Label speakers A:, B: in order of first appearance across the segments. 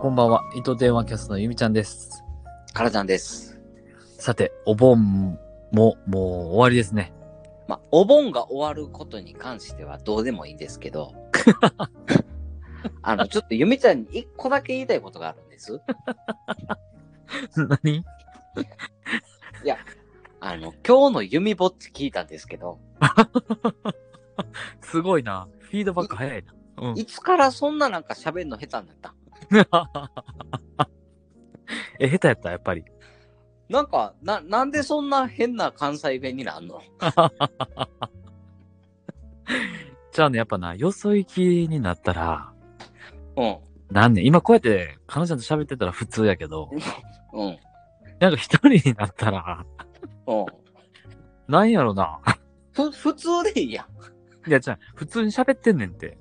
A: こんばんは、糸電話キャストのゆみちゃんです。
B: カラちゃんです。
A: さて、お盆ももう終わりですね。
B: まあ、お盆が終わることに関してはどうでもいいんですけど、 あの、ちょっとゆみちゃんに一個だけ言いたいことがあるんです。
A: 何
B: あの、今日のゆみぼっち聞いたんですけど、
A: すごいな。フィードバック早いな。うん。
B: いつからそんななんか喋るの下手になったん
A: え、下手やったやっぱり。
B: なんか、な、なんでそんな変な関西弁になんの
A: じゃあね、やっぱな、よそ行きになったら、
B: うん。
A: なんね、今こうやって、彼女と喋ってたら普通やけ ど、
B: うん。
A: なんか一人になったら、
B: うん。
A: なんやろな。
B: ふ、普通でいいやん。
A: いや、じゃあ、普通に喋ってんねんって。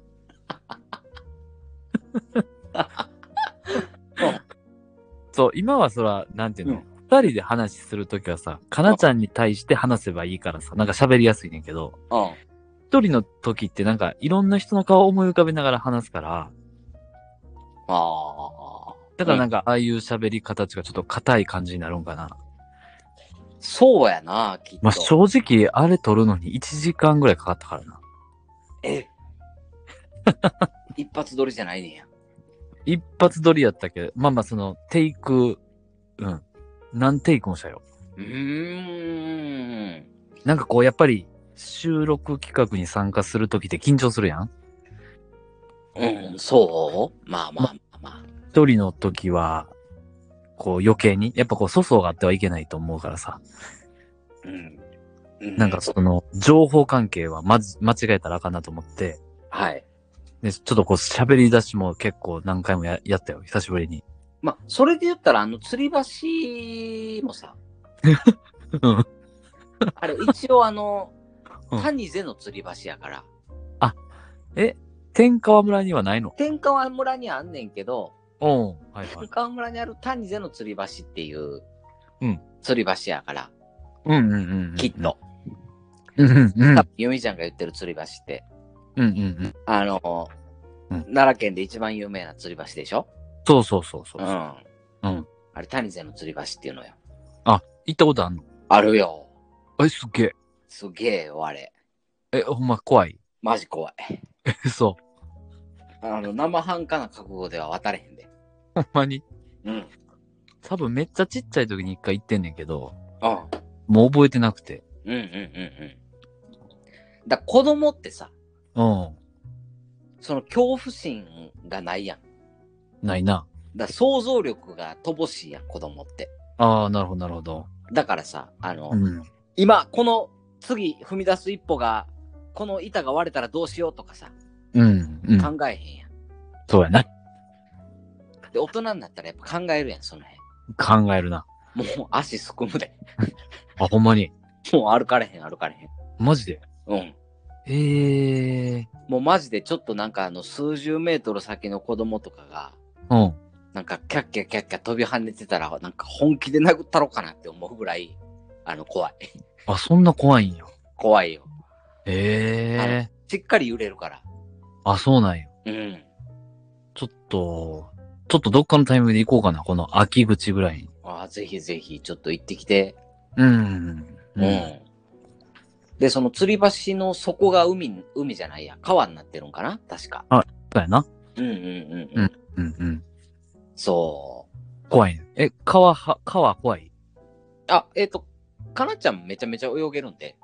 A: そう、今はそら、なんていう
B: う
A: の
B: ん、
A: 二、人で話するときはさ、かなちゃんに対して話せばいいからさ、なんか喋りやすいねんけど、
B: うん。
A: 一人の時ってなんか、いろんな人の顔を思い浮かべながら話すから、
B: ああ。
A: だからなんか、ああいう喋り方ちがちょっと硬い感じになるんかな。
B: そうやな、きっと。
A: まあ、正直、あれ撮るのに1時間ぐらいかかったからな。
B: え 一発撮りじゃないねんや。
A: 一発撮りやったけど、まあまあ、その、テイク、うん、何テイクもしたよ。
B: うーん。
A: なんかこう、やっぱり、収録企画に参加するときって緊張するやん
B: うん、そうまあまあまあま
A: 一人の時は、こう余計に、やっぱこう粗相があってはいけないと思うからさ、
B: あ。うん。う
A: なんかその、情報関係はまず、間違えたらあかんなと思って、
B: はい。
A: で、ちょっとこう喋り出しも結構何回もややったよ、久しぶ りに。
B: まあ、それで言ったら、あの、吊り橋もさ、
A: うん、
B: あれ、一応あ
A: う
B: の
A: ん
B: 谷瀬の吊り橋やから、
A: 天川村にはないの
B: 天川村にはあんねんけど、
A: おうん。はいは
B: 天
A: い。
B: 川村にある谷瀬の吊り橋っていう、
A: うん
B: 吊り橋やから、
A: うんうんうんうん。
B: きっと、
A: うんうんうん。
B: 多分ゆみちゃんが言ってる吊り橋って、
A: うんうんうん。
B: あの、
A: うん
B: 奈良県で一番有名な吊り橋でしょ
A: そうそうそうそうう。
B: ん。
A: 行う
B: あ
A: ん
B: れ、谷瀬の吊り橋っていうのよ。
A: ったことあんの
B: あるよ。
A: え、すっげえ。
B: すげえよ、あれ。
A: え、ほんま怖い。
B: マジ怖い。
A: 嘘。
B: あの、生半可な覚悟では渡れへんで。
A: ほんまに。
B: うん。うん。
A: 多分めっちゃちっちゃい時に一回行ってんねんけど、
B: うん
A: もう覚えてなくて。
B: うんうんうん。だ子供ってさ、
A: うん。
B: その恐怖心がないやん。
A: ないな。
B: だ想像力が乏しいやん、子供って。
A: ああ、なるほど、なるほど。
B: だからさ、あの、
A: うん。
B: 今、この次踏み出す一歩が、この板が割れたらどうしようとかさ、
A: うん。うん。
B: 考えへんやん。
A: そうやな。
B: で、大人になったらやっぱ考えるやん、その
A: 考えるな。
B: 辺。もう足すくむで。
A: あ、ほんまに。
B: もう歩かれへん、歩かれへん。
A: マジで。
B: うん。
A: ええ
B: もうマジでちょっとなんかあの数十メートル先の子供とかが、
A: ー。
B: なんかキャッキャキャッキャ飛び跳ねてたら、なんか本気で殴ったろかなって思うぐらい、あの、怖い。
A: うん。あ、そんな怖いんや。
B: 怖いよ。
A: ええ
B: しっかり揺れるから。
A: ー。あ、そうなんや。
B: うん。
A: ちょっと、ちょっとどっかのタイミングで行こうかな。この秋口ぐらいに。
B: ああ、ぜひぜひ、ちょっと行ってきて。
A: うん。
B: うん。。で、その吊り橋の底が海、海じゃないや、川になってるんかな確か。
A: そうやな。
B: うんうんうんうん。
A: うんうん。
B: そ。
A: 怖いね。え、川は、川怖いう
B: あ、えっ、と、かなちゃんめちゃめちゃ泳げるんで、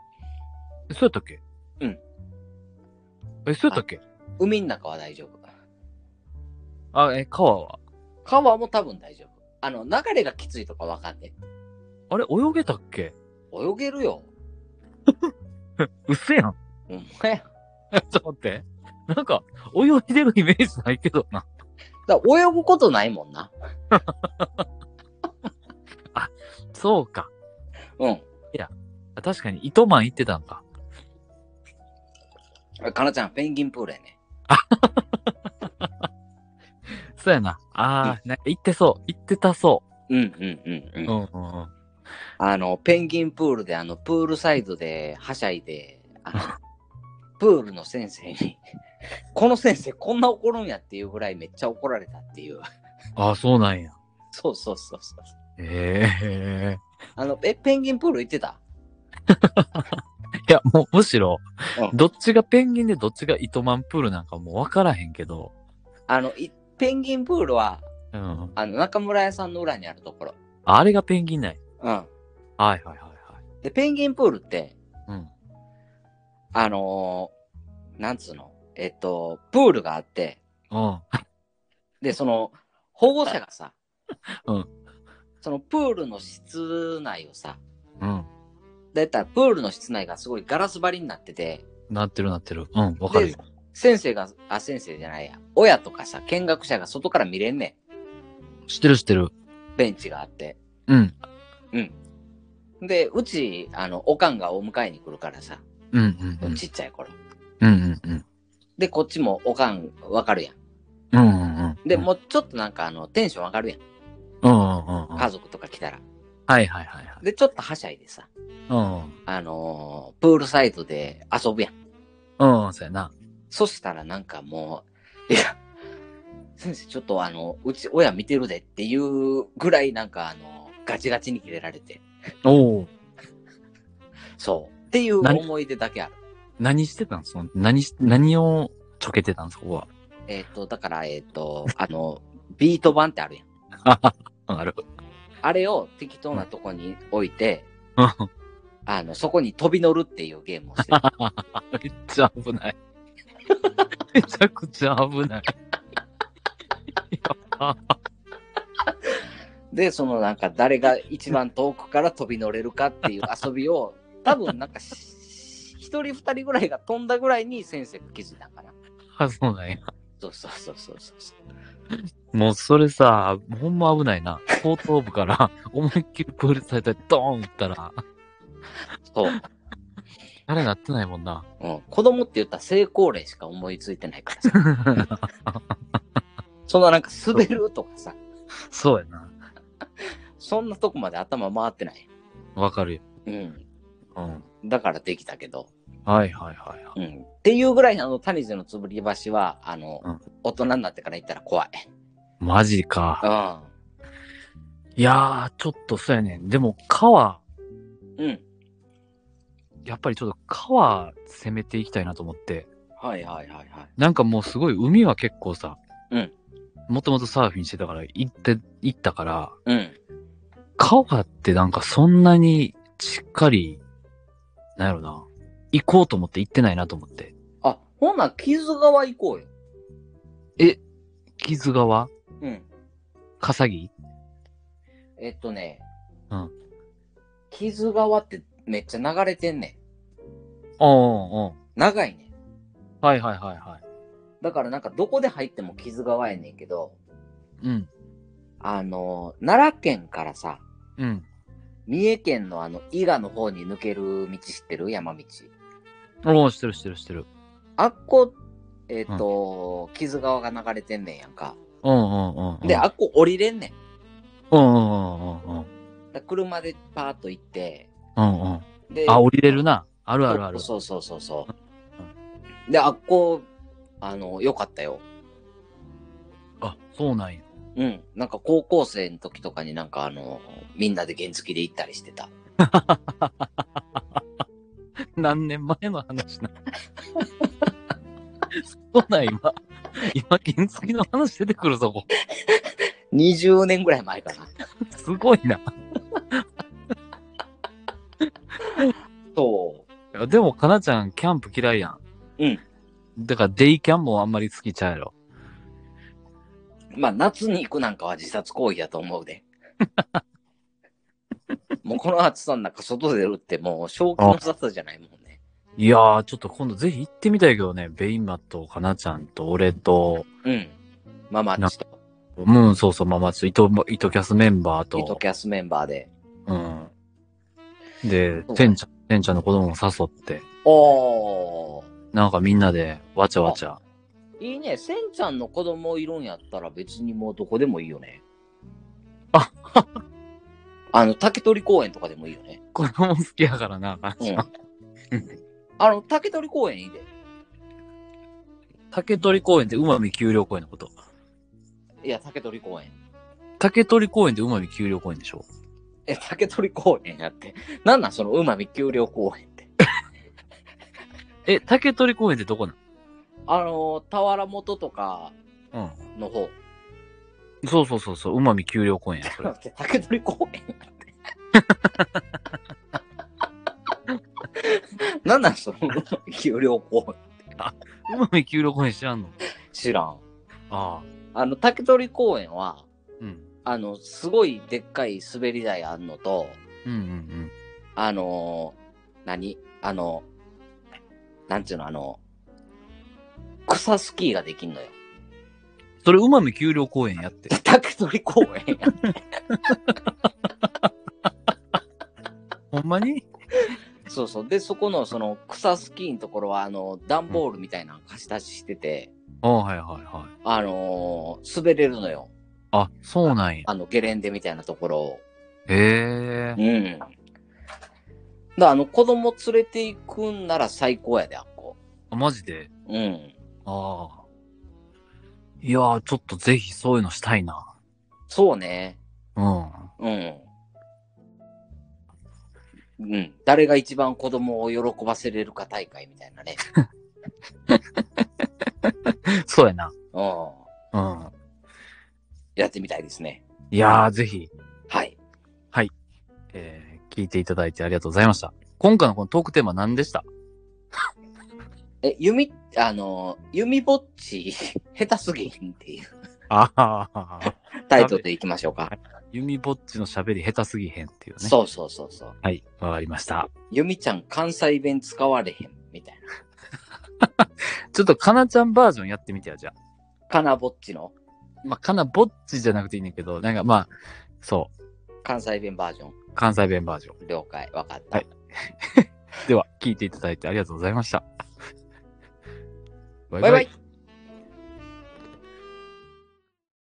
A: えそうやったっけ
B: うん。
A: え、そうやったっけ
B: 海の中は大丈夫。
A: あ、え、川は
B: 川も多分大丈夫。あの、流れがきついとかわかんね
A: あれ、泳げたっけ
B: え。泳げるよ。
A: うっせやん。
B: お
A: ち
B: 前。
A: ょっと待って。なんか、泳いでるイメージないけどな。
B: だから泳ぐことないもんな。
A: そうか。
B: うん。
A: 確かに、糸満行ってたんか。
B: かなちゃん、ペンギンプールやね。
A: そうやな。ああ、なんか行ってそう。行ってたそ
B: うんうんうん
A: う。
B: うん。
A: んうんうん。
B: あの、ペンギンプールで、あの、プールサイドで、はしゃいで、あの、 プール の先生に、この先生こんな怒るんやっていうぐらいめっちゃ怒られたっていう。
A: あ、そうなんや。
B: そうそうそうそう。
A: ええ
B: あの、え、ペンギンプール行ってた
A: いや、もう、むしろ、
B: うん
A: どっちがペンギンでどっちが糸満プールなんかもうわからへんけど。
B: あの、いペンギンプールは、
A: うん。
B: あの、中村屋さんの裏にあるところ。
A: あれがペンギンない。
B: うん。
A: はいはいはい
B: で、ペンギンプールって、
A: はい。うん。
B: あのーなんつうの、えっと、プールがあって、
A: うん。
B: で、その、保護者がさ、
A: うん
B: そのプールの室内をさ、
A: うん。
B: だいたらプールの室内がすごいガラス張りになってて、
A: なってるなってる。うん、わかるよ。
B: 先生が、あ、先生じゃないや、親とかさ、見学者が外から見れんね
A: 知ってる知ってる。
B: ん、ベンチがあって。
A: うん。
B: で、うち、あの、おかんがお迎えに来るからさ、
A: うんうんうん。
B: ちっちゃい頃。
A: うんうんうん。
B: で、こっちもおかんわかるやん。
A: うんうんうん。
B: で、もうちょっとなんかあの、テンション上がるやん。
A: うんうんうんうん。は
B: 家
A: い
B: 族とか来たら。
A: はいはいはい。
B: で、ちょっとはしゃいでさ、
A: うん。
B: あのープールサイドで遊ぶやん。
A: うん、そうやな。
B: そしたらなんかもう、いや、 先生ちょっとあの、うち親見てるでっていうぐらいなんかあの、ガチガチにキレられて、
A: おお。
B: そう。っていう
A: 何
B: 思い出だけある。
A: 何してたんその、何し、何をちょけてたんそこは。
B: えっ、と、だから、えっ、と、あの、ビート板ってあるやん。
A: ある。
B: あれを適当なとこに置いて、
A: うん。
B: あの、そこに飛び乗るっていうゲームをしてる。
A: めっちゃ危ない。 めちゃくちゃ危ない。
B: で、そのなんか誰が一番遠くから飛び乗れるかって いう遊びを、多分なんかし一人二人ぐらいが飛んだぐらいに先生気づいたんかな。
A: あ、そうなんや。
B: そうそうそうそうそうそう。
A: もうそれさ、ほんま危ないな。後頭部から 思いっきりプールサイドでドーン打ったら、
B: そう。
A: あれなってないもんな。
B: うん、子供って言ったら成功例しか思いついてないから さ。そんななんか滑るとかさ、
A: そうやな。
B: そんなとこまで頭回ってない。
A: わかるよ。
B: うん。
A: うん。
B: だからできたけど。
A: はいはいはいは
B: う
A: い。
B: ん。っていうぐらいあの、谷地のつぶり橋は、あの、
A: うん
B: 大人になってから行ったら怖い。
A: マジか。
B: うん。
A: いやー、ちょっとそうやねん。でも川、
B: うん。
A: やっぱりちょっと川攻めていきたいなと思って。
B: はいはいはいはい。
A: なんかもうすごい海は結構さ、
B: うん。
A: もともとサーフィンしてたから行って、行ったから、
B: うん。
A: 川ってなんかそんなにしっかり、なんやろな、行こうと思って行ってないなと思って。
B: あ、ほんなら傷川行こうよ。
A: 木津川
B: うん。
A: 笠木
B: えっとね。
A: うん。
B: 傷川ってめっちゃ流れてんね
A: うんうん。
B: ん。長いねん。
A: はいはいはいは
B: だからなんかどこで入っても傷川やねんけど、
A: い。うん。
B: あのー、奈良県からさ、
A: うん。
B: 三重県のあの、伊賀の方に抜ける道知ってる山道。
A: おー、してるしてるしてる。
B: あっこ、えっ、と、傷川が流れてんねんやんか。
A: うんうんうんうん。
B: で、あっこ降りれんねん。
A: うんうんうんうんうん。
B: だから車でパーっと行って、
A: うんうん。
B: で、
A: あ、降りれるな。あるあるある。
B: そうそうそうそう。で、あっこ、あの、よかったよ。
A: あ、そうなんや。
B: うん。なんか高校生の時とかになんかあの、みんなで原付で行ったりしてた。
A: 何年前の話な。 そうなん今。今、原付の話出てくるぞ、こ
B: 20年ぐらい前かな。
A: すごいな。
B: そ
A: いやでも、かなちゃん、キャンプ嫌いやん。
B: うん。
A: だから、デイキャンもあんまり好きちゃうやろ。
B: う。まあ、夏に行くなんかは自殺行為だと思 うで。もうこの暑さの中、外出るってもう正気の沙汰じゃないもんね。
A: いやー、ちょっと今度ぜひ行ってみたいけどね。ベイマとかなちゃんと俺と、
B: うん。まあまあ、
A: な
B: ちょっ
A: うん、そうそう、まあまあ、ちょっと、糸、糸キャスメンバー
B: と、イト
A: と、
B: キャスメンバーで。
A: うん。で
B: そ、う
A: てんちゃん、てんちゃんの子供も誘って、
B: おー。
A: なんかみんなで、わちゃわちゃ。
B: いいね。せんちゃんの子供いるんやったら別にもうどこでもいいよね。
A: あ
B: あの、竹取公園とかでもいいよね。
A: 子供好きやからな、かな
B: う
A: ち
B: ん
A: ゃん。。
B: あの、竹取公園いいで。
A: 竹取公園って、うまみ丘陵公園のこと。
B: いや、竹取公園。
A: 竹取公園で馬見丘陵公園でしょ
B: え、竹取公園やって。なんなんその馬見丘陵公園って。
A: え、竹取公園ってどこな
B: あのー、田原元とか
A: の
B: の方。
A: うん。そうそうそうそう、馬見丘陵公園 や、それ。
B: 待って 竹取公園や って。 なんなんその馬見丘陵公園。
A: 馬見丘陵公園知らんの
B: 知らん。
A: ああ。
B: あの、竹取公園は、
A: うん。
B: あの、すごいでっかい滑り台あんのと、
A: うんうん
B: あのー何あの、なんちゅうの、あの、草スキーができんのよ。
A: うん。それ馬見丘陵公園やって。
B: 竹取公園や。
A: ほんまに
B: そうそう。で、そこの、その、草スキーのところは、あの、段ボールみたいなの貸し出ししてて、
A: ああ、はいはいはい。
B: あのー滑れるのよ。
A: あ、そうなんや。
B: あの、ゲレンデみたいなところを。
A: へえ。
B: うん。だからあの、子供連れて行くんなら最高やで、あっこ。
A: あマジで
B: うん。
A: ああ。いやー、ちょっとぜひそういうのしたいな。
B: そうね。
A: うん。
B: うん。うん。誰が一番子供を喜ばせれるか大会みたいなね。
A: そうやな。
B: うん。
A: うん。
B: やってみたいですね。
A: いやー、ぜひ、
B: はい。
A: えー聞いていただいてありがとうございました。今回のこのトークテーマ何でした
B: え、弓、あの、弓ぼっち、 下手すぎんっていう
A: ああ。
B: タイトルでいきましょうか。
A: 弓ぼっちの喋り下手すぎへんっていうね。
B: そうそうそうそう。
A: はい、わかりました。
B: 弓ちゃん関西弁使われへん、みたいな。
A: ちょっとかなちゃんバージョンやってみてよ、じゃあ。
B: かなぼっちの
A: まあ、かなぼっちじゃなくていいねんだけど、なんかまあ、そ
B: 関西弁バージョン。
A: う、関西弁バージョン。
B: 了解。わかった。
A: はいでは、聞いていただいてありがとうございました。バ
B: バイバイ。